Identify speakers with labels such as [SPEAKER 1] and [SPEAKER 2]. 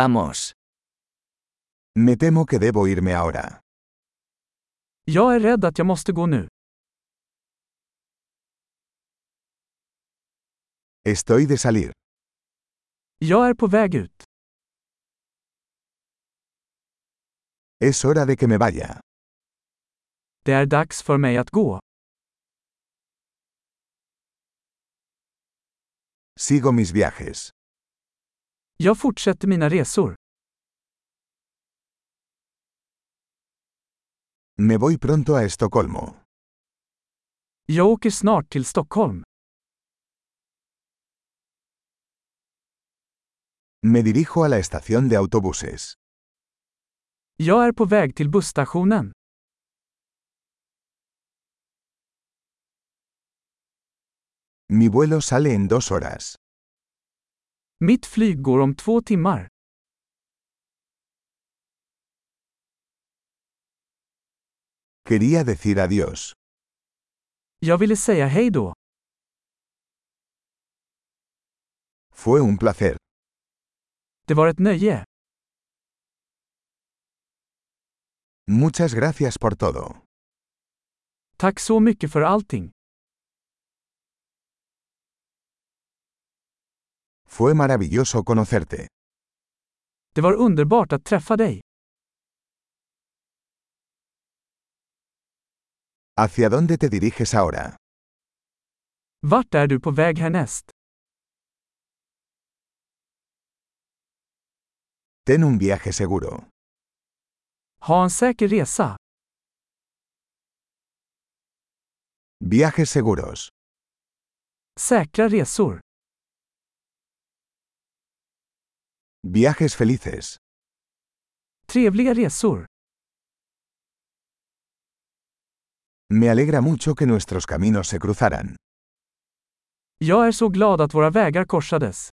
[SPEAKER 1] Vamos.
[SPEAKER 2] Me temo que debo irme ahora.
[SPEAKER 3] Jag är rädd att jag måste gå nu.
[SPEAKER 2] Estoy de salir.
[SPEAKER 3] Jag är på väg ut.
[SPEAKER 2] Es hora de que me vaya.
[SPEAKER 3] Det är dags för mig att gå.
[SPEAKER 2] Sigo mis viajes.
[SPEAKER 3] Jag fortsätter mina resor.
[SPEAKER 2] Me voy pronto a Estocolmo.
[SPEAKER 3] Jag åker snart till Stockholm.
[SPEAKER 2] Me dirijo a la estación de autobuses.
[SPEAKER 3] Jag är på väg till busstationen.
[SPEAKER 2] Mi vuelo sale en dos horas.
[SPEAKER 3] Mitt flyg går om två timmar.
[SPEAKER 2] Quería decir adiós.
[SPEAKER 3] Jag ville säga hej då.
[SPEAKER 2] Fue un placer.
[SPEAKER 3] Det var ett nöje.
[SPEAKER 2] Muchas gracias por todo.
[SPEAKER 3] Tack så mycket för allting.
[SPEAKER 2] Fue maravilloso conocerte.
[SPEAKER 3] Det var underbart att träffa dig.
[SPEAKER 2] ¿Hacia dónde te diriges ahora?
[SPEAKER 3] Vart är du på väg härnäst?
[SPEAKER 2] Ten un viaje seguro.
[SPEAKER 3] Ha en säker resa.
[SPEAKER 2] Viajes seguros.
[SPEAKER 3] Säkra resor.
[SPEAKER 2] Viajes felices.
[SPEAKER 3] Trevliga resor.
[SPEAKER 2] Me alegra mucho que nuestros caminos se cruzaran.
[SPEAKER 3] Jag är så glad att våra vägar korsades.